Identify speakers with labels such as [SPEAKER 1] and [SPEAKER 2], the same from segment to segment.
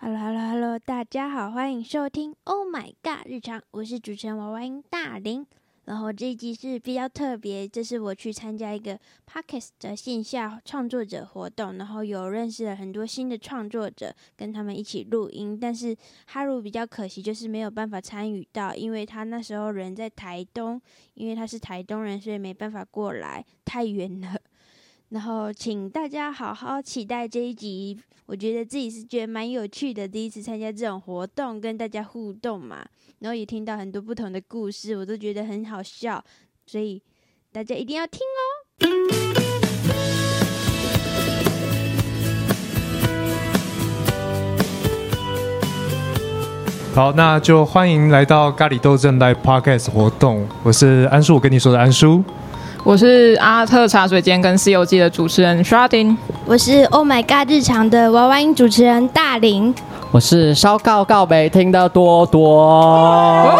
[SPEAKER 1] Hello Hello Hello，大家好，欢迎收听 Oh My God 日常，我是主持人娃娃音大林。然后这一集是比较特别，这是我去参加一个 Podcast 的线下创作者活动，然后有认识了很多新的创作者，跟他们一起录音。但是哈鲁比较可惜，就是没有办法参与到，因为他那时候人在台东，因为他是台东人，所以没办法过来，太远了。然后，请大家好好期待这一集我觉得自己是觉得蛮有趣的，第一次参加这种活动，跟大家互动嘛，然后也听到很多不同的故事，我都觉得很好笑，所以大家一定要听哦。
[SPEAKER 2] 好，那就欢迎来到咖喱斗争 Live Podcast 活动。我是安叔，我跟你说的安叔。
[SPEAKER 3] 我是阿特茶水间跟《西游记》的主持人 Sharding。
[SPEAKER 1] 我是 Oh My God 日常的娃娃音主持人大林，
[SPEAKER 4] 我是烧告告白听得多多，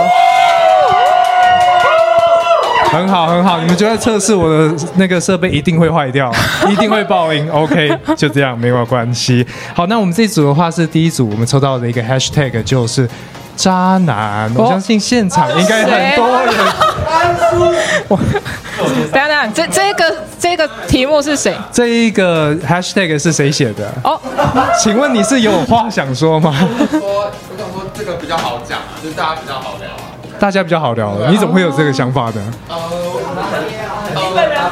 [SPEAKER 2] 很好，很好，你们就在测试我的那个设备一定会坏 掉，一定会爆音。OK，就这样，没有关系。好，那我们这一组的话是第一组，我们抽到的一个 Hashtag 就是渣男。
[SPEAKER 4] 哦
[SPEAKER 2] 我相信现场应该很多人。
[SPEAKER 3] 等一下等一下，这这个这个题目是谁？
[SPEAKER 2] 这一个 Hashtag 是谁写的？
[SPEAKER 3] 哦，
[SPEAKER 2] 请问你是有话想说吗？
[SPEAKER 5] 说，我想说这个比较好讲，就是大家比较好聊啊。
[SPEAKER 2] 大家比较好聊了，你怎么会有这个想法呢？
[SPEAKER 5] 呃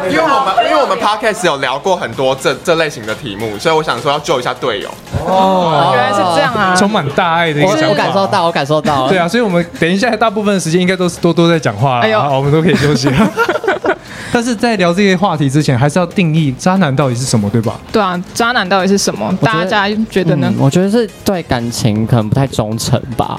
[SPEAKER 5] 因为我们因为我们 podcast 有聊过很多这这类型的题目，所以我想说要救一下队友。
[SPEAKER 2] 哦，
[SPEAKER 3] 原来是这样啊！
[SPEAKER 2] 充满大爱的一个
[SPEAKER 4] 我
[SPEAKER 2] 想法。
[SPEAKER 4] 我感受到，我感受到，嗯
[SPEAKER 2] 对啊，所以我们等一下大部分的时间应该都是多多在讲话了，
[SPEAKER 3] 哎呦
[SPEAKER 2] 好，我们都可以休息了。但是在聊这些话题之前，还是要定义渣男到底是什么，对吧？
[SPEAKER 3] 对啊，渣男到底是什么？
[SPEAKER 4] 我觉
[SPEAKER 3] 大
[SPEAKER 4] 得
[SPEAKER 3] 家觉得呢
[SPEAKER 4] 嗯？我觉得是对感情可能不太忠诚吧，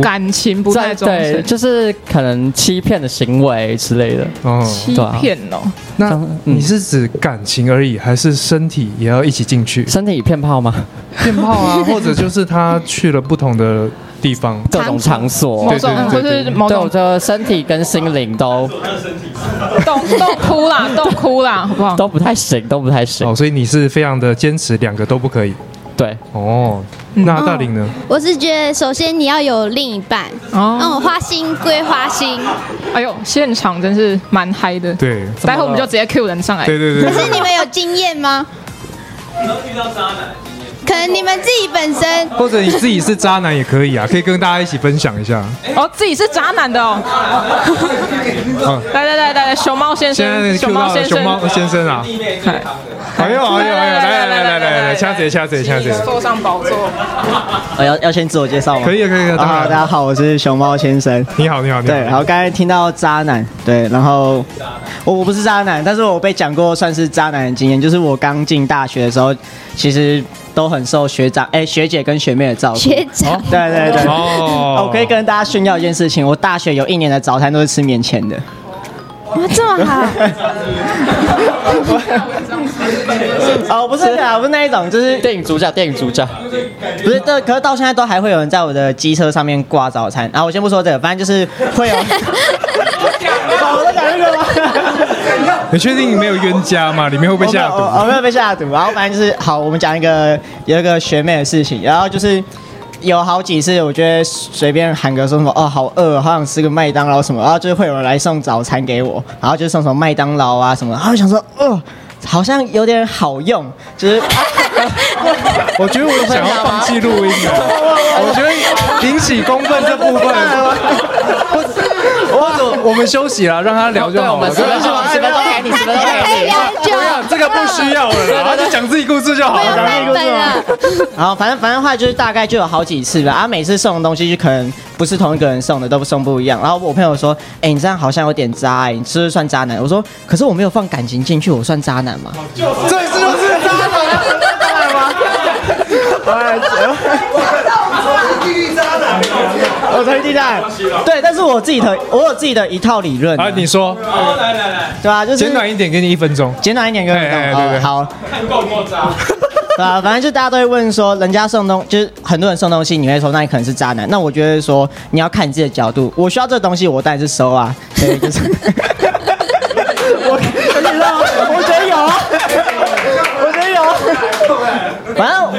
[SPEAKER 3] 感情不太忠
[SPEAKER 4] 对，
[SPEAKER 3] 诚，
[SPEAKER 4] 就是可能欺骗的行为之类的。
[SPEAKER 2] 哦，
[SPEAKER 3] 欺
[SPEAKER 4] 对啊
[SPEAKER 3] 骗哦。
[SPEAKER 2] 那
[SPEAKER 4] 嗯
[SPEAKER 2] 你是指感情而已，还是身体也要一起进去？
[SPEAKER 4] 身体 骗炮吗？
[SPEAKER 2] 骗炮啊， 或者就是他去了不同的地方？
[SPEAKER 4] 各种场所
[SPEAKER 3] 某
[SPEAKER 2] 对。啊
[SPEAKER 3] 种
[SPEAKER 2] 对
[SPEAKER 3] 就
[SPEAKER 2] 对
[SPEAKER 3] 啊是某
[SPEAKER 4] 对，我
[SPEAKER 3] 种
[SPEAKER 4] 觉得身体跟心灵都
[SPEAKER 2] 哦
[SPEAKER 3] 动动哭 啦，动哭啦，好不好？
[SPEAKER 4] 都不太行，都不太行
[SPEAKER 2] 哦，。所以你是非常的坚持，两个都不可以。
[SPEAKER 4] 对，
[SPEAKER 2] 哦，那大林呢？
[SPEAKER 1] 哦
[SPEAKER 6] 我是觉得，首先你要有另一半，
[SPEAKER 3] 哦，
[SPEAKER 6] 嗯，花心归花心，
[SPEAKER 3] 哎呦，现场真是蛮嗨的。
[SPEAKER 2] 对，
[SPEAKER 3] 待会我们就直接 Q 人上来。
[SPEAKER 2] 对对对
[SPEAKER 6] 可
[SPEAKER 2] 对，
[SPEAKER 6] 是你们有经验吗？可能你们自己本身，
[SPEAKER 2] 或者你自己是渣男也可以啊，可以跟大家一起分享一下。
[SPEAKER 3] 哦，自己是渣 男的哦。来来来来来，熊猫先
[SPEAKER 2] 啊现在
[SPEAKER 3] 生，
[SPEAKER 2] Q 到了熊猫先生啊，
[SPEAKER 3] 嗨
[SPEAKER 2] 哎呦哎呦哎呦，来来来来来来，掐指掐指掐指，
[SPEAKER 3] 坐上宝座。
[SPEAKER 7] 呃，要要先自我介绍吗？
[SPEAKER 2] 可以
[SPEAKER 7] 啊。
[SPEAKER 2] 啊可以啊，
[SPEAKER 7] 大
[SPEAKER 2] 当然
[SPEAKER 7] 家好，我是熊猫先生。
[SPEAKER 2] 你好你好你
[SPEAKER 7] 对，然
[SPEAKER 2] 好，
[SPEAKER 7] 后刚才听到渣男，对，然后我我不是渣男，但是我被讲过算是渣男的经验，就是我刚进大学的时候，其实都很受学长、哎、学姐跟学妹 的照顾。
[SPEAKER 6] 学长
[SPEAKER 7] 对对对。
[SPEAKER 2] 哦
[SPEAKER 7] 哦，我可以跟大家炫耀一件事情，我大学有一年的早餐都是吃免钱 的。
[SPEAKER 6] 哇这么好，
[SPEAKER 7] 哦，不是啊，不是那一种，就是
[SPEAKER 4] 电影主角，电影主角，
[SPEAKER 7] 不是，这可是到现在都还会有人在我的机车上面挂早餐。然、后我先不说这个，反正就是会有。哦我在讲这个吗？
[SPEAKER 2] 你确定你没有冤家吗？里面会不会下
[SPEAKER 7] 我没有哦我
[SPEAKER 2] 毒？
[SPEAKER 7] 我没有被下毒。然后反正就是好，我们讲一个有一个学妹的事情，然后就是。有好几次，我觉得随便喊个说什么哦，好饿，好想吃个麦当劳什么，然后就会有人来送早餐给我，然后就送什么麦当劳啊什么，然后我想说，哦，好像有点好用，就是、啊
[SPEAKER 2] 我觉得我想要放弃录音了， 我觉得引起公愤这部分， 或者我们休息了，让他聊就好了。
[SPEAKER 4] 十分钟给你，十分钟
[SPEAKER 6] 还 可以
[SPEAKER 4] 给你。
[SPEAKER 6] 聊久，
[SPEAKER 2] 这个不需要了，他就讲自己故事就好
[SPEAKER 6] 不用
[SPEAKER 2] 了。
[SPEAKER 6] 带本了。
[SPEAKER 7] 然后反正反正话就是大概就有好几次吧，啊，每次送的东西就可能不是同一个人送的，都不送不一样。然后我朋友说，哎、你这样好像有点渣、哎，你是不是算渣男？我说，可是我没有放感情进去，我算渣男吗？
[SPEAKER 2] 这次就是渣男。哎
[SPEAKER 7] 我才地带，对，但是我自己的，我有自己的一套理论、
[SPEAKER 2] 啊，你说
[SPEAKER 7] 对吧、就是
[SPEAKER 2] 简短一点，给你一分 钟。
[SPEAKER 7] 简短一点跟
[SPEAKER 2] 哎哎
[SPEAKER 7] 你
[SPEAKER 2] 对对
[SPEAKER 7] 懂，好， 对啊，反正就大家都会问说，人家送东，就是很多人送东西，你会说那你可能是渣男。那我觉得说，你要看你自己的角度。我需要这东西，我当然是 收啊。所以就是， 我你知道吗？我觉得有啊，我觉得有啊。反正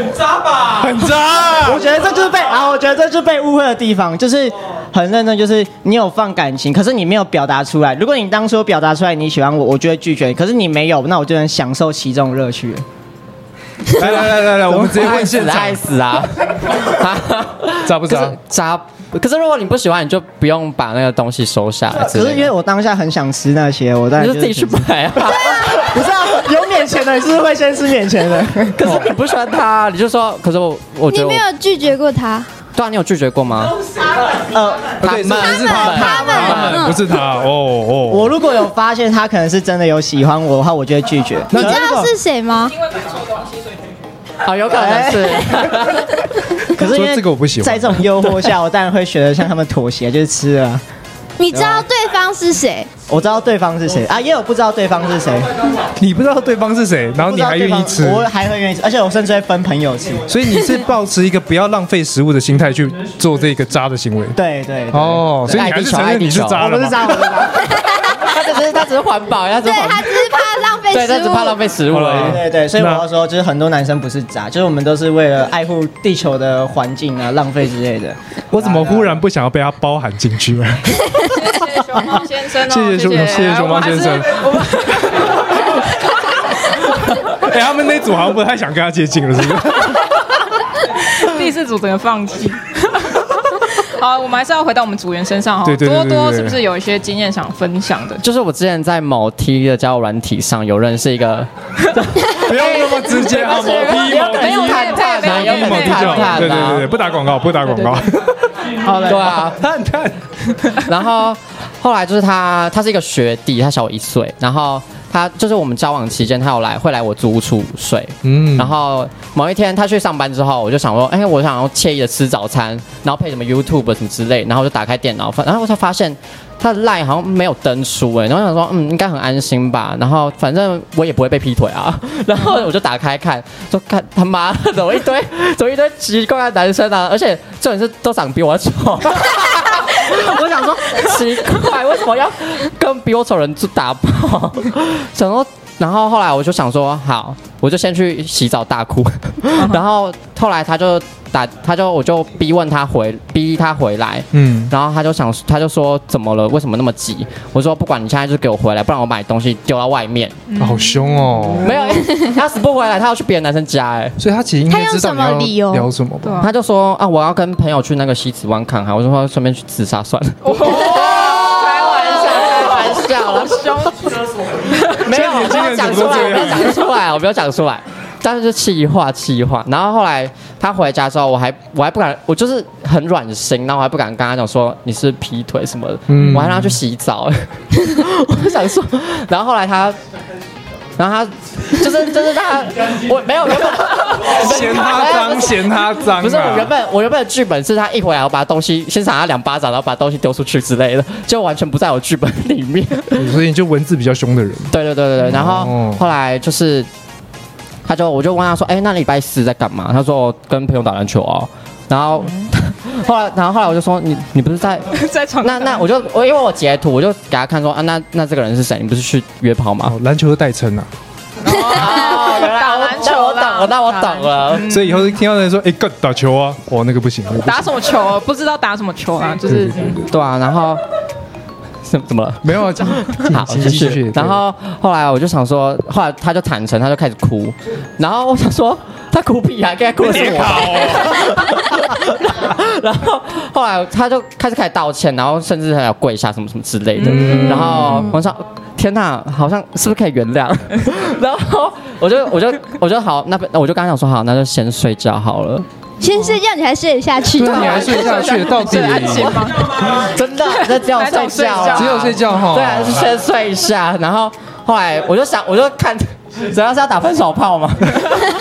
[SPEAKER 2] 很渣
[SPEAKER 7] 我觉得这就是被啊，我觉得这就是被误会的地方，就是很认真，就是你有放感情，可是你没有表达出来。如果你当初有表达出来你喜欢我，我就会拒绝你；可是你没有，那我就能享受其中的乐趣了。
[SPEAKER 2] 来来来来来，我们直接问现场
[SPEAKER 4] 爱，死啊！
[SPEAKER 2] 渣不
[SPEAKER 4] 可
[SPEAKER 2] 渣
[SPEAKER 4] 是？渣，可是如果你不喜欢，你就不用把那个东西收下
[SPEAKER 2] 啊
[SPEAKER 4] 来之
[SPEAKER 7] 可
[SPEAKER 4] 类的。
[SPEAKER 7] 是因为我当下很想吃那些，我当然
[SPEAKER 4] 你就自己去买啊。
[SPEAKER 7] 不是啊，有免钱的，你是不是会先吃免钱的？
[SPEAKER 4] 可是你不喜欢他，你就说，可是我我觉
[SPEAKER 6] 你
[SPEAKER 4] 得我
[SPEAKER 6] 没有拒绝过他，
[SPEAKER 4] 对啊，你有拒绝过吗？
[SPEAKER 7] 呃，
[SPEAKER 2] 不对，是不是他
[SPEAKER 6] 他们
[SPEAKER 2] 他们不是他哦哦，
[SPEAKER 7] 我如果有发现他可能是真的有喜欢我的话，我就会拒绝。
[SPEAKER 6] 你
[SPEAKER 7] 可
[SPEAKER 6] 知
[SPEAKER 7] 是如
[SPEAKER 6] 道
[SPEAKER 7] 果
[SPEAKER 6] 是谁吗？
[SPEAKER 4] 啊，有可能是。
[SPEAKER 7] 可是因为
[SPEAKER 2] 说这个我不喜欢
[SPEAKER 7] 在这种诱惑下，我当然会选择向他们妥协，就是吃了。
[SPEAKER 6] 你知道对方是谁？
[SPEAKER 7] 我知道对方是谁啊，也有不知道对方是谁，
[SPEAKER 2] 你不知道对方是谁，然后
[SPEAKER 7] 不
[SPEAKER 2] 你
[SPEAKER 7] 知道
[SPEAKER 2] 还
[SPEAKER 7] 对
[SPEAKER 2] 愿
[SPEAKER 7] 方
[SPEAKER 2] 意吃，
[SPEAKER 7] 我还会愿意吃，而且我甚至会分朋友吃。
[SPEAKER 2] 所以你是抱持一个不要浪费食物的心态去做这个渣的行为。
[SPEAKER 7] 对对，对
[SPEAKER 2] 哦，所以你还是承认你是渣
[SPEAKER 7] 我
[SPEAKER 2] 了
[SPEAKER 7] 不是
[SPEAKER 2] 嘛？
[SPEAKER 7] 渣，我不是渣。
[SPEAKER 4] 他只是他只是环保，他只
[SPEAKER 2] 啊
[SPEAKER 6] 对
[SPEAKER 4] 是环
[SPEAKER 6] 他
[SPEAKER 4] 保，
[SPEAKER 6] 只是怕浪费
[SPEAKER 4] 对，他只
[SPEAKER 6] 食
[SPEAKER 4] 是
[SPEAKER 6] 物。
[SPEAKER 4] 怕浪费食物而
[SPEAKER 2] 好
[SPEAKER 4] 已
[SPEAKER 2] 啦。
[SPEAKER 7] 对对，所以我
[SPEAKER 2] 那
[SPEAKER 7] 要说，就是很多男生不是渣，就是我们都是为了爱护地球的环境啊、浪费之类的。
[SPEAKER 2] 我怎么忽然不想要被他包含进去了？
[SPEAKER 3] 谢熊猫先生哦，
[SPEAKER 2] 谢谢熊谢谢熊猫先生
[SPEAKER 3] 我们还是
[SPEAKER 2] 哎，他们那组好像不太想跟他接近了，是不是？
[SPEAKER 3] 我们第四组整个放弃。 好，我们还是要回到我们组员身上哈。
[SPEAKER 2] 对对对对对
[SPEAKER 3] 多多是不是有一些经验想分享 的？
[SPEAKER 4] 就是我之前在某 T 的交友软体上有认识一个，
[SPEAKER 2] 不要那么直接啊，某批某批
[SPEAKER 3] 没有太太
[SPEAKER 4] 没有
[SPEAKER 2] 某批就
[SPEAKER 4] 探
[SPEAKER 2] 好。
[SPEAKER 4] 探
[SPEAKER 2] 对对对
[SPEAKER 4] 啊
[SPEAKER 2] 对，不打广告，不打广告。
[SPEAKER 4] 好了，对啊，
[SPEAKER 2] 探探，
[SPEAKER 4] 然后后来就是他，他是一个学弟，他小我一岁。然后他就是我们交往期间，他有来会来我租屋处睡。
[SPEAKER 2] 嗯
[SPEAKER 4] 然后某一天他去上班之后，我就想说，哎、我想要惬意的吃早餐，然后配什么 YouTube 什么之类，然后我就打开电脑，反然后我才发现他的 line 好像没有登出哎、然后我想说，嗯，应该很安心吧。然后反正我也不会被劈腿啊， 然后我就打开看，说看他妈的怎么一堆 怎么一堆奇怪的男生啊，而且重点是都长得比我丑。 我想说奇怪，为什么要跟比我丑人去打炮？ 想说，然后后来我就想说，好，我就先去洗澡大哭。 然后后来他就打，他就我就逼问他回，逼他回来。
[SPEAKER 2] 嗯，
[SPEAKER 4] 然后他就想，他就说怎么了？为什么那么急？我说不管你现在就给我回来，不然我把你东西丢到外面。
[SPEAKER 2] 好凶哦。
[SPEAKER 4] 没有， 他死不回来，他要去别的男生家、哎，
[SPEAKER 2] 所以他其实应该知道你
[SPEAKER 6] 他用什么理
[SPEAKER 2] 要
[SPEAKER 6] 由
[SPEAKER 2] 聊什么吧？
[SPEAKER 4] 他就说啊，我要跟朋友去那个西子湾看海。我就说顺便去自杀算了。
[SPEAKER 3] 开玩笑，开玩
[SPEAKER 4] 玩笑了，
[SPEAKER 3] 笑，
[SPEAKER 4] 没有，
[SPEAKER 2] 现在年
[SPEAKER 4] 我不要
[SPEAKER 2] 轻人
[SPEAKER 4] 讲
[SPEAKER 2] 怎
[SPEAKER 4] 出
[SPEAKER 2] 么
[SPEAKER 4] 来，
[SPEAKER 2] 都
[SPEAKER 4] 我
[SPEAKER 2] 这样
[SPEAKER 4] 不要讲出来，我不要讲出来。但是就气话气话，然后后来他回家之后，我还我还不敢，我就是很软心，然后我还不敢跟他讲说你是劈腿什么的，
[SPEAKER 2] 嗯
[SPEAKER 4] 我还让他去洗澡， 我就想说，然后后来他，然后他就是就是他，我没有原本
[SPEAKER 2] 嫌他脏，嫌他脏啊。
[SPEAKER 4] 不是我原本我原本的剧本是他一回来，我把东西先赏他两巴掌，然后把东西丢出去之类的，就完全不在我剧本里 面。
[SPEAKER 2] 所以你就文字比较凶的人。
[SPEAKER 4] 对对对对对，然后
[SPEAKER 2] 哦
[SPEAKER 4] 后来就是，他就我就问他说，哎、那礼拜四在干嘛？他说我跟朋友打篮球啊。然后
[SPEAKER 3] 嗯
[SPEAKER 4] 后来，然后后来我就说你你不是在
[SPEAKER 3] 在床
[SPEAKER 4] 那那我就我因为我截图我就给他看说啊那那这个人是谁？你不是去约炮吗？
[SPEAKER 2] 哦，篮球的代称啊，
[SPEAKER 4] 哦，原
[SPEAKER 3] 打
[SPEAKER 4] 我
[SPEAKER 3] 篮球
[SPEAKER 4] 那我懂
[SPEAKER 3] 啦
[SPEAKER 4] 了，那我
[SPEAKER 3] 打篮
[SPEAKER 4] 懂了。
[SPEAKER 2] 所以以后听到人说，哎，干打球啊，哦，那个不行，那个不行
[SPEAKER 3] 打什么球啊？不知道打什么球啊，
[SPEAKER 2] 对
[SPEAKER 3] 就是
[SPEAKER 2] 对对对
[SPEAKER 4] 对啊，然后 怎么怎么了？
[SPEAKER 2] 没有啊，继
[SPEAKER 4] 好，
[SPEAKER 2] 继
[SPEAKER 4] 继
[SPEAKER 2] 继续
[SPEAKER 4] 续。。然后后来我就想说，后来他就坦诚，他就开始哭，然后我想说他哭屁啊，该哭的是我吧。 然后后来他就开始开始道歉，然后甚至还有跪下什么什么之类的。然后我说天哪，好像是不是可以原谅？ 然后我就我就我就好，那我就刚想说好，那就先睡觉好了。
[SPEAKER 6] 先睡觉，你还睡得下去
[SPEAKER 2] 对啊，你还睡下去，到底
[SPEAKER 3] 最安静 吗？
[SPEAKER 4] 真的，这 只有睡觉啊、
[SPEAKER 3] 哪种睡觉
[SPEAKER 2] 只有睡觉
[SPEAKER 6] 哦
[SPEAKER 2] 哈？
[SPEAKER 4] 对啊，就先睡一下，然后后来我就想，我就看，主要是要打分手炮嘛。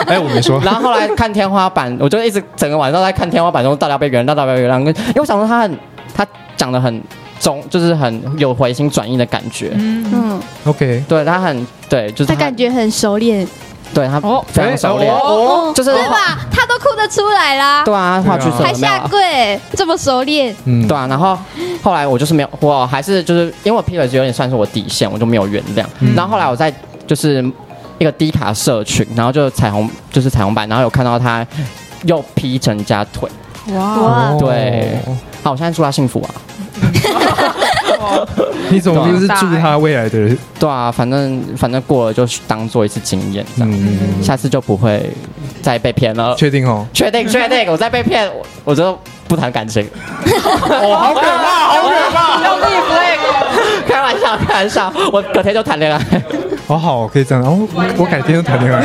[SPEAKER 2] 哎，我没
[SPEAKER 6] 哦
[SPEAKER 2] 说。
[SPEAKER 4] 然后后 来看天花板，我就一直整个晚上在看天花板，说到底要被原谅，到底要被原谅，因为我想说他很，他讲的很中，就是很有回心转意的感觉，
[SPEAKER 6] 嗯，
[SPEAKER 2] OK，
[SPEAKER 4] 对他很对，就是
[SPEAKER 6] 他感觉很熟
[SPEAKER 2] 嗯
[SPEAKER 6] 练，
[SPEAKER 4] 对他
[SPEAKER 3] 哦
[SPEAKER 4] 非常熟练，
[SPEAKER 6] 哦
[SPEAKER 4] 就是
[SPEAKER 6] 对吧？他都哭得出来啦，
[SPEAKER 4] 对啊，话剧社
[SPEAKER 6] 还
[SPEAKER 4] 没有
[SPEAKER 6] 下
[SPEAKER 4] 啊。
[SPEAKER 6] 跪，这么熟练，
[SPEAKER 2] 嗯
[SPEAKER 4] 对，啊，然后后来我就是没有，我
[SPEAKER 5] 嗯
[SPEAKER 4] 还是就是因为我劈腿就有点算是我底线，我就没有原谅。然后后来我在就是一个低卡社群，然后就彩虹就是彩虹版，然后有看到他又劈成加腿。
[SPEAKER 3] 哇，
[SPEAKER 2] 哦
[SPEAKER 6] 哇，
[SPEAKER 4] 对好，我现在祝他幸福啊！
[SPEAKER 2] 你总之是祝他未来的，
[SPEAKER 4] 对啊，反正反正过了就当做一次经验，这样、
[SPEAKER 2] 嗯，
[SPEAKER 4] 下次就不会再被骗了。
[SPEAKER 2] 确定哦。
[SPEAKER 4] 确定确定，我再被骗，我我就不谈感情。
[SPEAKER 5] 哦，好可怕，好可怕！
[SPEAKER 3] 要立 flag， 哦
[SPEAKER 4] 开玩笑，开玩笑，我隔天就谈恋爱。
[SPEAKER 2] 好好，可以这样。哦，我我改天就谈恋爱。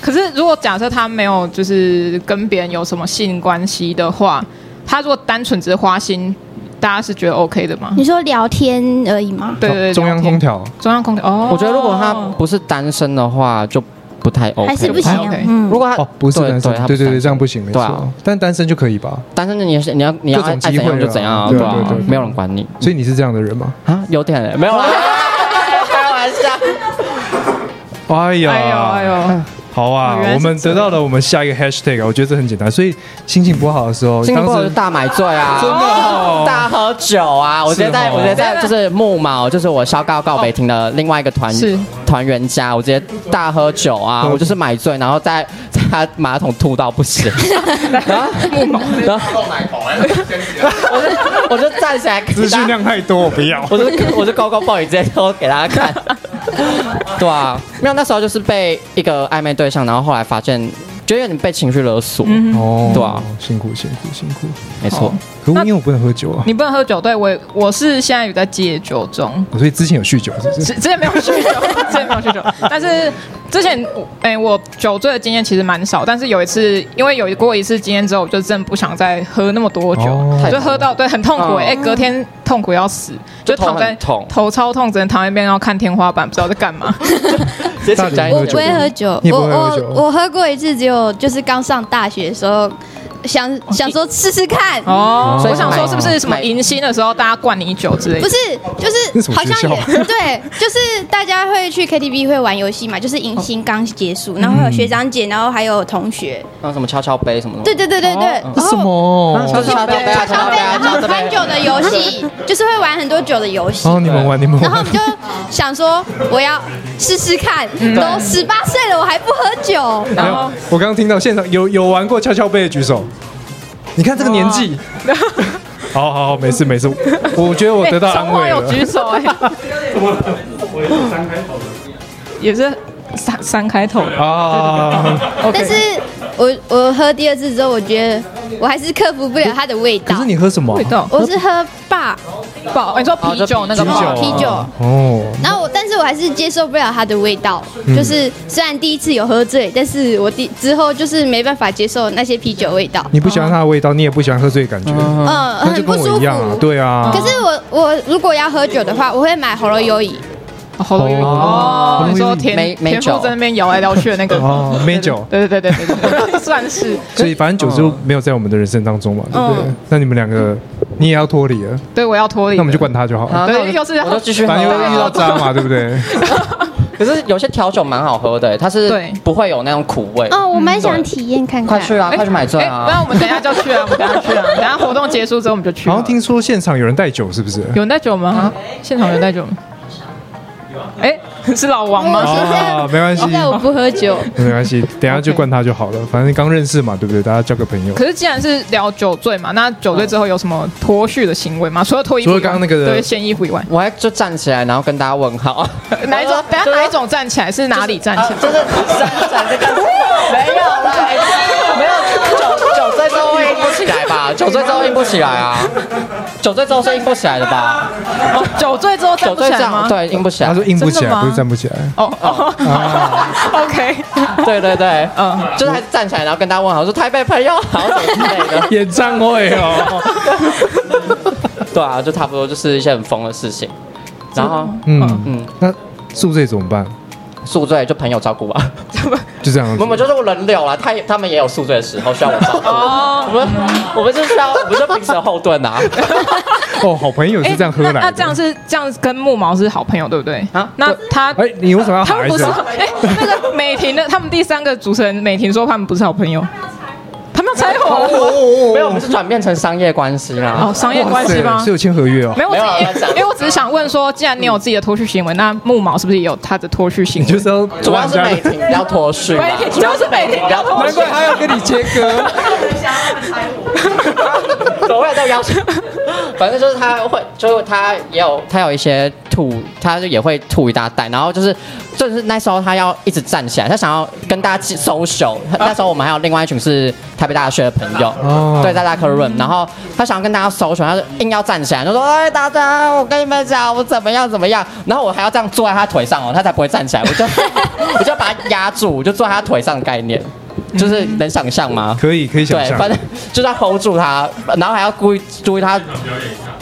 [SPEAKER 3] 可是如果假设他没有就是跟别人有什么性关系的话，他如果单纯只是花心，大家是觉得 OK 的吗？
[SPEAKER 6] 你说聊天而已吗？
[SPEAKER 3] 对对对，
[SPEAKER 2] 中央空，调，
[SPEAKER 3] 中央空调哦，
[SPEAKER 4] 我觉得如果他不是单身的话，就不太 OK。
[SPEAKER 6] 还是不行啊
[SPEAKER 3] OK？
[SPEAKER 6] 嗯，
[SPEAKER 4] 如果他
[SPEAKER 2] 哦，不是单身，对对对，这样
[SPEAKER 4] 不
[SPEAKER 2] 不行，没
[SPEAKER 4] 对啊
[SPEAKER 2] 错。但单身就可以吧？
[SPEAKER 4] 单身的你也是你要你要
[SPEAKER 2] 各
[SPEAKER 4] 爱
[SPEAKER 2] 种
[SPEAKER 4] 爱
[SPEAKER 2] 机
[SPEAKER 4] 怎
[SPEAKER 2] 会
[SPEAKER 4] 样就
[SPEAKER 2] 啊
[SPEAKER 4] 怎样啊，
[SPEAKER 2] 对
[SPEAKER 4] 对啊
[SPEAKER 2] 对对，
[SPEAKER 4] 没有人管你
[SPEAKER 2] 所以你是这样的人吗？
[SPEAKER 4] 啊，有点欸没有啦， 开玩笑。
[SPEAKER 2] 哎呀，
[SPEAKER 3] 哎呦哎呦，
[SPEAKER 2] 好啊
[SPEAKER 3] 哦原，来
[SPEAKER 2] 我们
[SPEAKER 3] 是这
[SPEAKER 2] 得
[SPEAKER 3] 样
[SPEAKER 2] 到了我们下一个 hashtag，我觉啊得这很简单。所以心情不好的时候，
[SPEAKER 4] 新加坡
[SPEAKER 2] 当
[SPEAKER 4] 就
[SPEAKER 2] 时
[SPEAKER 4] 大买醉啊，
[SPEAKER 2] 真的哦
[SPEAKER 4] 大喝酒啊。我直接在
[SPEAKER 2] 是哦
[SPEAKER 4] 我直接在就是木马，就是我烧高告北亭的另外一个团
[SPEAKER 3] 是
[SPEAKER 4] 团员家，我直接大喝酒啊，
[SPEAKER 2] 嗯
[SPEAKER 4] 我就是买醉，然后在 在他马桶吐到不 行，然后然后
[SPEAKER 5] 露奶头哎，先起来
[SPEAKER 4] 我就我就站起来，
[SPEAKER 2] 资讯量太多，我不要。
[SPEAKER 4] 我就我就高高抱你直接偷给大家看，对啊，没有那时候就是被一个暧昧对象，然后后来发现，就有点被情绪勒索，
[SPEAKER 2] 哦
[SPEAKER 4] 对啊，
[SPEAKER 2] 辛苦辛苦辛苦。
[SPEAKER 4] 没错，
[SPEAKER 2] 可我因为我不能喝酒啊，
[SPEAKER 3] 你不能喝酒，对我也我是现在有在戒酒中，
[SPEAKER 2] 所以之前有酗酒是不是？
[SPEAKER 3] 之之前没有酗酒， 之前没有酗酒，但是之前哎、我酒醉的经验其实蛮少，但是有一次，因为有过一次经验之后，我就真的不想再喝那么多酒，
[SPEAKER 2] 哦
[SPEAKER 3] 就喝到对很痛苦、
[SPEAKER 4] 哦
[SPEAKER 3] 哎、隔天痛苦要死，就
[SPEAKER 4] 头
[SPEAKER 3] 躺在
[SPEAKER 4] 很痛
[SPEAKER 3] 头超痛，只能躺在一边然后看天花板，不知道在干嘛。
[SPEAKER 4] 直接请假一
[SPEAKER 6] 我
[SPEAKER 2] 喝
[SPEAKER 4] 个
[SPEAKER 2] 酒
[SPEAKER 6] 不会喝酒，
[SPEAKER 2] 你不
[SPEAKER 6] 我
[SPEAKER 2] 会喝酒
[SPEAKER 6] 我我喝过一次，只有就是刚上大学的时候，想想说试试看，
[SPEAKER 3] 哦，
[SPEAKER 4] 所以
[SPEAKER 3] 我想
[SPEAKER 4] 买
[SPEAKER 3] 说是不是什么
[SPEAKER 4] 买
[SPEAKER 3] 迎新的时候大家灌你酒之类
[SPEAKER 6] 不
[SPEAKER 3] 的？
[SPEAKER 6] 是，
[SPEAKER 2] 那什
[SPEAKER 6] 就是
[SPEAKER 2] 么
[SPEAKER 6] 好像
[SPEAKER 2] 学校
[SPEAKER 6] 也 对，就是大家会去 KTV 会玩游戏嘛，就是迎新刚结束，
[SPEAKER 2] 嗯
[SPEAKER 6] 然后会有学长姐，然后还有同学，
[SPEAKER 4] 那什么跷跷杯什么的，
[SPEAKER 6] 对对对对对，然
[SPEAKER 2] 这什
[SPEAKER 6] 后
[SPEAKER 2] 么？
[SPEAKER 4] 跷跷杯啊，跷
[SPEAKER 6] 然
[SPEAKER 4] 跷
[SPEAKER 6] 后
[SPEAKER 4] 杯
[SPEAKER 6] 被
[SPEAKER 4] 啊，
[SPEAKER 6] 然
[SPEAKER 4] 跷
[SPEAKER 6] 后
[SPEAKER 4] 跷
[SPEAKER 6] 很
[SPEAKER 4] 杯
[SPEAKER 6] 久
[SPEAKER 4] 啊。
[SPEAKER 6] 的游戏，就是会玩很多久的游戏。
[SPEAKER 2] 哦，你们玩，你们
[SPEAKER 6] 然后
[SPEAKER 2] 玩
[SPEAKER 6] 你。就想说，我要试试看，都十八岁了，我还不喝酒，
[SPEAKER 2] 没有
[SPEAKER 3] 然后
[SPEAKER 2] 我刚刚听到现场有有玩过跷跷杯的举手，你看这个年纪。 好好好，没事没事，我觉得我得到安
[SPEAKER 3] 中 华
[SPEAKER 2] 慰
[SPEAKER 3] 有
[SPEAKER 2] 了。
[SPEAKER 3] 举手哎、也是三三开头的。
[SPEAKER 2] 啊！
[SPEAKER 6] 但是我我喝第二次之后，我觉得我还是克服不了它的味
[SPEAKER 2] 可
[SPEAKER 6] 道
[SPEAKER 2] 是。你喝什么啊？
[SPEAKER 3] 味道
[SPEAKER 6] 我是喝霸
[SPEAKER 3] 爆，你说啤酒那个
[SPEAKER 2] 啤
[SPEAKER 3] 爆
[SPEAKER 2] 酒啊
[SPEAKER 6] 啤酒
[SPEAKER 2] 哦，
[SPEAKER 6] 然后我，但是我还是接受不了它的味道，就是虽然第一次有喝醉，但是我第之后就是没办法接受那些啤酒味道，
[SPEAKER 2] 你不喜欢它的味道，你也不喜欢喝醉的感觉，
[SPEAKER 6] 嗯，
[SPEAKER 2] 那就
[SPEAKER 6] 很不
[SPEAKER 2] 跟
[SPEAKER 6] 舒
[SPEAKER 2] 我一样啊。
[SPEAKER 6] 服。
[SPEAKER 2] 对啊，
[SPEAKER 6] 可是我我如果要喝酒的话，我会买喉咙优饮，
[SPEAKER 3] 喉咙有
[SPEAKER 2] 哦
[SPEAKER 3] 哦，你说田
[SPEAKER 4] 美美
[SPEAKER 3] 田
[SPEAKER 4] 酒
[SPEAKER 3] 馥甄那边摇来摇去的那个
[SPEAKER 2] 哦美酒
[SPEAKER 3] 对对对对对对，算是
[SPEAKER 2] 所以反正酒就没有在我们的人生当中嘛，对不对？那你们两个，你也要脱离了，
[SPEAKER 3] 对我要脱离。
[SPEAKER 2] 那我们就。灌他就好了。
[SPEAKER 4] 啊那我
[SPEAKER 3] 对
[SPEAKER 4] 就
[SPEAKER 3] 又是
[SPEAKER 4] 我就继续喝
[SPEAKER 2] 反正又
[SPEAKER 4] 啊。
[SPEAKER 2] 遇到渣嘛，对不对？
[SPEAKER 4] 可是有些调酒蛮好喝的，它是
[SPEAKER 3] 对
[SPEAKER 4] 不会有那种苦味。
[SPEAKER 6] 哦，
[SPEAKER 2] 嗯
[SPEAKER 6] 我蛮想体验看
[SPEAKER 4] 快
[SPEAKER 6] 看。
[SPEAKER 4] 去啊，快去买醉
[SPEAKER 3] 哎，不然
[SPEAKER 4] 啊！
[SPEAKER 3] 我们等一下就去啊，我们等一下去啊，等一下活动结束之后我们就去。啊
[SPEAKER 2] 好像听说现场有人带酒，是不是？
[SPEAKER 3] 有人带酒吗？现场有人带酒吗？哎，是老王
[SPEAKER 6] 我
[SPEAKER 3] 吗？
[SPEAKER 6] 现
[SPEAKER 2] 啊，没
[SPEAKER 6] 在
[SPEAKER 2] 关系，
[SPEAKER 6] 现在我不 喝酒，
[SPEAKER 2] 没关系，等一下就灌他就好了。反正刚认识嘛，对不对？大家交个朋友。
[SPEAKER 3] 可是既然是聊酒醉嘛，那酒醉之后有什么脱序的行为吗？除了脱衣服以
[SPEAKER 2] 除
[SPEAKER 3] 外，
[SPEAKER 2] 了刚刚那个
[SPEAKER 3] 对掀衣服以外，
[SPEAKER 4] 我还就站起来，然后跟大家问好。
[SPEAKER 3] 哪一
[SPEAKER 4] 呃
[SPEAKER 3] 种？等一下哪一种站起来是哪里站起来？
[SPEAKER 4] 就是闪闪这个，没有啦，没有酒酒醉之后会硬不起来吧？酒醉之后硬不起来啊，酒醉之后是硬不起来的吧？
[SPEAKER 3] 哦酒醉之后站
[SPEAKER 4] 酒
[SPEAKER 3] 不
[SPEAKER 4] 醉
[SPEAKER 3] 起
[SPEAKER 4] 这
[SPEAKER 3] 来吗
[SPEAKER 4] 样？对硬不起来
[SPEAKER 2] 他说。硬不起
[SPEAKER 3] 真
[SPEAKER 2] 来，
[SPEAKER 3] 的吗
[SPEAKER 2] 不是站不起来。，
[SPEAKER 3] 哦哦 ，OK，
[SPEAKER 4] 对对对，
[SPEAKER 3] 嗯
[SPEAKER 4] 嗯，就是还站起来，然后跟大家问好，说台北朋友好什么之类的
[SPEAKER 2] 演唱会哦，
[SPEAKER 4] 对啊，就差不多就是一些很疯的事情。然后，
[SPEAKER 2] 嗯，
[SPEAKER 4] 嗯，
[SPEAKER 2] 那宿醉怎么办？
[SPEAKER 4] 宿醉就朋友照顾吧，
[SPEAKER 2] 就这样
[SPEAKER 4] 我
[SPEAKER 2] 子。
[SPEAKER 4] 们就是轮流啦，他也他们也有宿醉的时候需要我照顾，
[SPEAKER 3] 哦
[SPEAKER 4] 我们我们就需要，我们就彼此的后盾啊。
[SPEAKER 2] 哦，好朋友是这样喝来的。
[SPEAKER 3] 哎那那这样是这样跟木毛是好朋友，对不对？
[SPEAKER 4] 啊
[SPEAKER 3] 那他
[SPEAKER 2] 哎，你为什么要
[SPEAKER 3] 他
[SPEAKER 2] 喊
[SPEAKER 3] 们
[SPEAKER 2] 一
[SPEAKER 3] 不是
[SPEAKER 2] 声？
[SPEAKER 3] 哎，那个美婷的，他们第三个主持人美婷说他们不是好朋友，他们拆伙了。
[SPEAKER 2] 哦
[SPEAKER 4] 没有，我们是转变成商业关系啦。
[SPEAKER 3] 哦，商业关系吗
[SPEAKER 2] 是？有签合约哦
[SPEAKER 3] 没。有，我只
[SPEAKER 4] 没有啊
[SPEAKER 3] 因为因为我只是想问说，既然你有自己的脱序行为，那木毛是不是也有他的脱序行
[SPEAKER 2] 你
[SPEAKER 3] 为
[SPEAKER 2] 就？是要
[SPEAKER 4] 主要是
[SPEAKER 2] 玩
[SPEAKER 4] 美
[SPEAKER 2] 家的
[SPEAKER 4] 婷要脱序啦，
[SPEAKER 3] 美婷就是美婷哦要脱
[SPEAKER 2] 难怪他要跟你切割。
[SPEAKER 4] 走位都要求，反正就是他会，就是他也有他有一些吐，他就也会吐一大袋，然后就是就是那时候他要一直站起来，他想要跟大家 social，那时候我们还有另外一群是台北大学的朋友，
[SPEAKER 2] 哦
[SPEAKER 4] 对，在大 o room，然后他想要跟大家 social，他就硬要站起来，就说哎大家，我跟你们讲我怎么样怎么样，然后我还要这样坐在他腿上哦，他才不会站起来，我就 我就把他压住，我就坐在他腿上的概念，就是能想象吗？
[SPEAKER 2] 可以可以想
[SPEAKER 4] 对，
[SPEAKER 2] 象
[SPEAKER 4] 反，正就是要 hold 住他，然后还要故意注意他，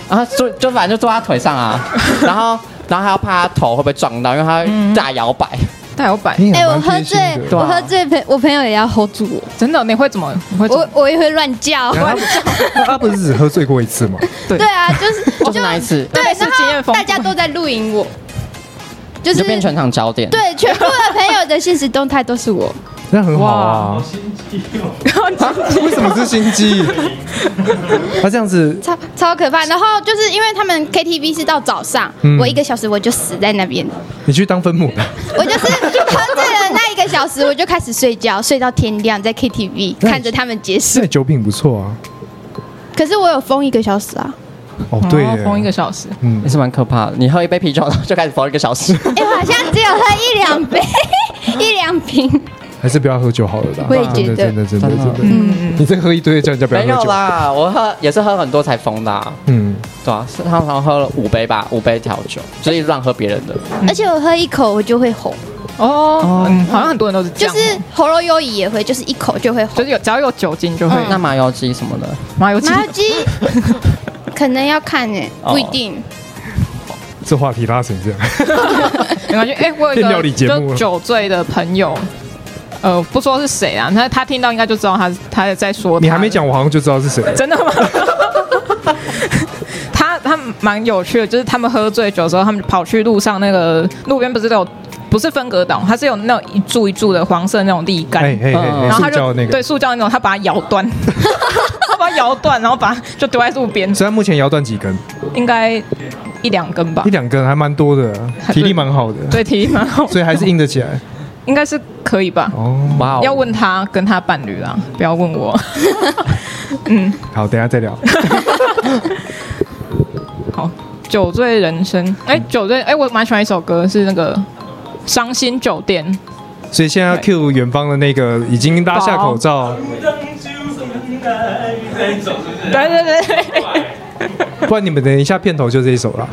[SPEAKER 4] 啊，就就反正就坐他腿上 啊，然后然后还要怕他头会不会撞到，因为他会大摇摆。
[SPEAKER 3] 大摇摆，
[SPEAKER 2] 你
[SPEAKER 6] 哎、
[SPEAKER 2] 也
[SPEAKER 6] 我
[SPEAKER 2] 蛮
[SPEAKER 6] 喝
[SPEAKER 2] 贴心
[SPEAKER 6] 醉
[SPEAKER 2] 的，
[SPEAKER 4] 对啊
[SPEAKER 6] 我喝醉，朋我朋友也要 hold 住我，
[SPEAKER 3] 真的你会怎么？你会怎
[SPEAKER 2] 啊
[SPEAKER 3] 么
[SPEAKER 6] 我我也会乱叫。
[SPEAKER 2] 他他不是只喝醉过一次吗？
[SPEAKER 3] 对
[SPEAKER 6] 对啊， 就是
[SPEAKER 4] 就是那一次，
[SPEAKER 6] 对，
[SPEAKER 3] 是经验
[SPEAKER 6] 然后
[SPEAKER 3] 丰富
[SPEAKER 6] 大家都在录影我，就
[SPEAKER 4] 你
[SPEAKER 6] 是
[SPEAKER 4] 就变全场焦点。
[SPEAKER 6] 对全部的朋友的现实动态都是我，
[SPEAKER 2] 那很好啊。为什么是心 机？他这样子
[SPEAKER 6] 超超可怕。然后就是因为他们 KTV 是到早上，
[SPEAKER 2] 嗯
[SPEAKER 6] 我一个小时我就死在那边，
[SPEAKER 2] 你去当分母了，
[SPEAKER 6] 我就是喝醉了那一个小时，我就开始睡觉，睡到天亮，在 KTV
[SPEAKER 2] 那你
[SPEAKER 6] 看着他们结束
[SPEAKER 2] 现在。酒品不错啊。
[SPEAKER 6] 可是我有封一个小时啊，
[SPEAKER 2] 哦，对
[SPEAKER 3] 哦
[SPEAKER 2] 耶，
[SPEAKER 3] 封一个小时，
[SPEAKER 2] 嗯
[SPEAKER 4] 也，是蛮可怕的，你喝一杯啤酒，然后就开始跑一个小时。
[SPEAKER 6] 哎、我好像只有喝一 两杯，一两瓶。
[SPEAKER 2] 还是不要喝酒好了啦。
[SPEAKER 6] 我也觉
[SPEAKER 2] 真的
[SPEAKER 6] 得嗯
[SPEAKER 2] 真的真的
[SPEAKER 4] 真的
[SPEAKER 2] 真
[SPEAKER 3] 嗯
[SPEAKER 2] 的，你再喝一堆叫人家不要
[SPEAKER 4] 没有
[SPEAKER 2] 喝酒。
[SPEAKER 4] 啦，我喝也是喝很多才疯的、啊，
[SPEAKER 2] 嗯，
[SPEAKER 4] 对啊，是他好像喝了五杯吧，五杯调酒，就是一直乱喝别人的。
[SPEAKER 3] 嗯
[SPEAKER 6] 而且我喝一口我就会红，
[SPEAKER 3] 哦，嗯，好像很多人都是这
[SPEAKER 6] 就
[SPEAKER 3] 样，
[SPEAKER 6] 是喉咙优怡也会，就是一口就会
[SPEAKER 3] 就
[SPEAKER 6] 红。
[SPEAKER 3] 是有只要有酒精就会
[SPEAKER 6] 嗯
[SPEAKER 4] 那麻油鸡什么的，
[SPEAKER 3] 麻油鸡，
[SPEAKER 6] 麻油鸡可能要看诶、
[SPEAKER 4] 哦
[SPEAKER 6] 不一定。
[SPEAKER 2] 这话题拉成 这样，
[SPEAKER 3] 没关系。哎，我有一
[SPEAKER 2] 变料理
[SPEAKER 3] 个
[SPEAKER 2] 节目
[SPEAKER 3] 就
[SPEAKER 2] 了
[SPEAKER 3] 酒醉的朋友，呃，不说是谁啊，他他听到应该就知道他他在说他，
[SPEAKER 2] 你还没讲，我好像就知道 是谁了。
[SPEAKER 3] 真的吗？ 他他蛮有趣的，就是他们喝醉酒之后，他们跑去路上那个路边不是都有不是分隔岛，它是有那种一柱一柱的黄色那种立杆，
[SPEAKER 2] 哎哎哎，
[SPEAKER 4] 然
[SPEAKER 3] 然后
[SPEAKER 2] 塑
[SPEAKER 3] 他
[SPEAKER 2] 胶
[SPEAKER 3] 就
[SPEAKER 2] 的那
[SPEAKER 3] 对
[SPEAKER 2] 个，
[SPEAKER 3] 塑胶那种，他把它摇断，他把它摇断，然后把它就丢在路边，
[SPEAKER 2] 所以他目前摇断几根，
[SPEAKER 3] 应该一两根吧
[SPEAKER 2] 一，两根还蛮多 的，体力蛮好的，
[SPEAKER 3] 对，体力蛮好，
[SPEAKER 2] 所以还是硬得起来。
[SPEAKER 3] 应该是可以吧。
[SPEAKER 2] 哦，
[SPEAKER 4] 哇哦，
[SPEAKER 3] 要问他跟他伴侣啦，不要问我。 嗯，
[SPEAKER 2] 好，等一下再聊。
[SPEAKER 3] 好，酒醉人生。哎、酒醉，哎、我蛮喜欢一首歌，是那个《伤心酒店》。
[SPEAKER 2] 所以现在要 Q 远方的那个已经拉下口罩，
[SPEAKER 3] 对对对，
[SPEAKER 2] 不然你们等一下片头就这一首 啦。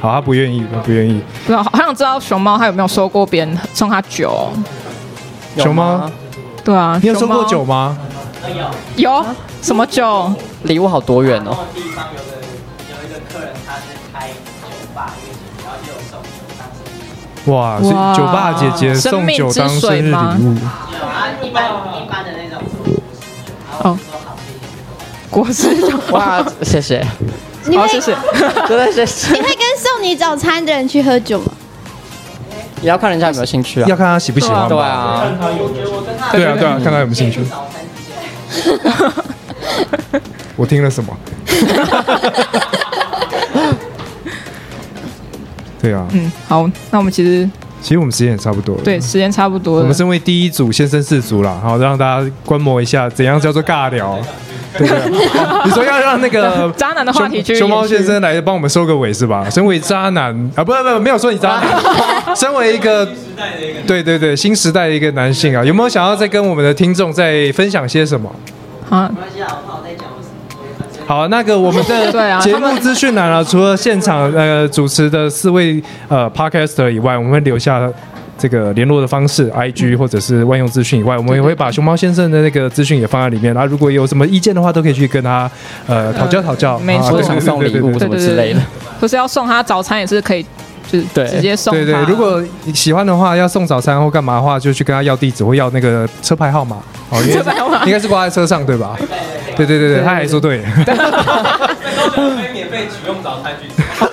[SPEAKER 2] 好，他不愿意，他不愿意。
[SPEAKER 3] 不知道， 好想知道熊猫他有没有收过别人送他酒？
[SPEAKER 4] 有
[SPEAKER 2] 熊猫
[SPEAKER 4] 吗？
[SPEAKER 3] 对啊，
[SPEAKER 2] 你有收过
[SPEAKER 3] 熊
[SPEAKER 2] 酒
[SPEAKER 3] 猫？
[SPEAKER 2] 吗？
[SPEAKER 3] 有什么酒？
[SPEAKER 4] 礼物好多元哦。
[SPEAKER 2] 哇，所
[SPEAKER 3] 哇
[SPEAKER 2] 以酒吧姐姐
[SPEAKER 3] 生
[SPEAKER 2] 送
[SPEAKER 3] 命
[SPEAKER 2] 酒
[SPEAKER 3] 之
[SPEAKER 2] 当生
[SPEAKER 3] 水
[SPEAKER 2] 日
[SPEAKER 3] 吗
[SPEAKER 2] 礼物，
[SPEAKER 3] 哦，果汁酒。
[SPEAKER 4] 哇，谢谢，
[SPEAKER 6] 你
[SPEAKER 3] 好，
[SPEAKER 6] 会
[SPEAKER 3] 谢谢。
[SPEAKER 4] 真的谢谢。
[SPEAKER 6] 你会跟送你早餐的人去喝酒吗？
[SPEAKER 4] 也要看人家有没有兴趣啊
[SPEAKER 2] 要。看他喜不喜欢
[SPEAKER 4] 对
[SPEAKER 2] 吧。
[SPEAKER 4] 啊，
[SPEAKER 2] 对啊，对啊，看他有没有 兴趣。我听了什 么？对啊，
[SPEAKER 3] 嗯， 好，那我们其实
[SPEAKER 2] 其实我们时间也差不多了。
[SPEAKER 3] 对时间差不多
[SPEAKER 2] 我
[SPEAKER 3] 了
[SPEAKER 2] 们。身为第一组先生四组啦，好让大家观摩一下怎样叫做尬聊。对不对？哦你说要让那 个
[SPEAKER 3] 渣男的话题
[SPEAKER 2] 熊
[SPEAKER 3] 去
[SPEAKER 2] 熊猫
[SPEAKER 3] 延续
[SPEAKER 2] 先生来帮我们收个尾是吧？身为渣男啊，不不不，没有说你渣 男，身为一个。对对对，新时代的一个男性啊，有没有想要再跟我们的听众再分享些什么？
[SPEAKER 3] 啊，
[SPEAKER 2] 好，那个我们
[SPEAKER 3] 对
[SPEAKER 2] 的
[SPEAKER 3] 啊
[SPEAKER 2] 节目资讯栏啊，除了现场呃主持的四位呃 podcaster 以外，我们会留下这个联络的方式，IG
[SPEAKER 3] 嗯
[SPEAKER 2] 或者是万用资讯以外，我们也会把熊猫先生的那个资讯也放在里面。然啊后如果有什么意见的话，都可以去跟他呃讨教讨教。
[SPEAKER 3] 没错
[SPEAKER 2] 啊
[SPEAKER 4] 或
[SPEAKER 2] 对
[SPEAKER 4] 者想送礼物什么之类的。
[SPEAKER 3] 不是要送他早餐也是可以，就是
[SPEAKER 4] 对
[SPEAKER 3] 直接送他。
[SPEAKER 2] 对对对，如果喜欢的话，要送早餐或干嘛的话，就去跟他要地址或要那个车牌号码。哦，因为
[SPEAKER 3] 车牌号码
[SPEAKER 2] 应该是挂在车上对吧？对对对对，他还说对。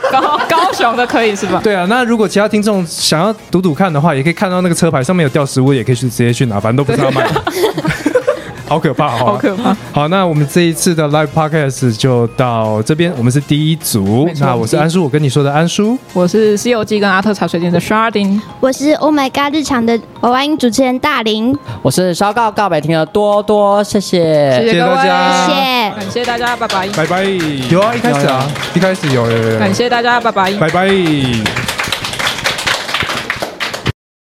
[SPEAKER 3] 高高雄的可以是吧？
[SPEAKER 2] 对啊，那如果其他听众想要 赌赌看的话，也可以看到那个车牌上面有吊食物，也可以去直接去拿，反正都不是他卖的。好可怕，好
[SPEAKER 4] 啊
[SPEAKER 3] 好可怕。
[SPEAKER 2] 好，那我们这一次的 live podcast 就到这边，我们是第一组
[SPEAKER 3] 没。错
[SPEAKER 2] 那我是安叔，我跟你说的安叔。
[SPEAKER 3] 我是《西游记》跟阿特茶水间的 Sharding，
[SPEAKER 1] 我是 Oh My God 日常的娃娃音主持人大林，
[SPEAKER 4] 我是烧告告白听的多多，谢谢。
[SPEAKER 3] 谢
[SPEAKER 2] 谢
[SPEAKER 3] 各位，
[SPEAKER 2] 大家
[SPEAKER 1] 谢谢。
[SPEAKER 3] 感谢大家，拜拜，
[SPEAKER 2] 拜拜。有啊，一开始啊，一开始有有有有
[SPEAKER 3] 感谢大家，拜拜。
[SPEAKER 2] 拜拜。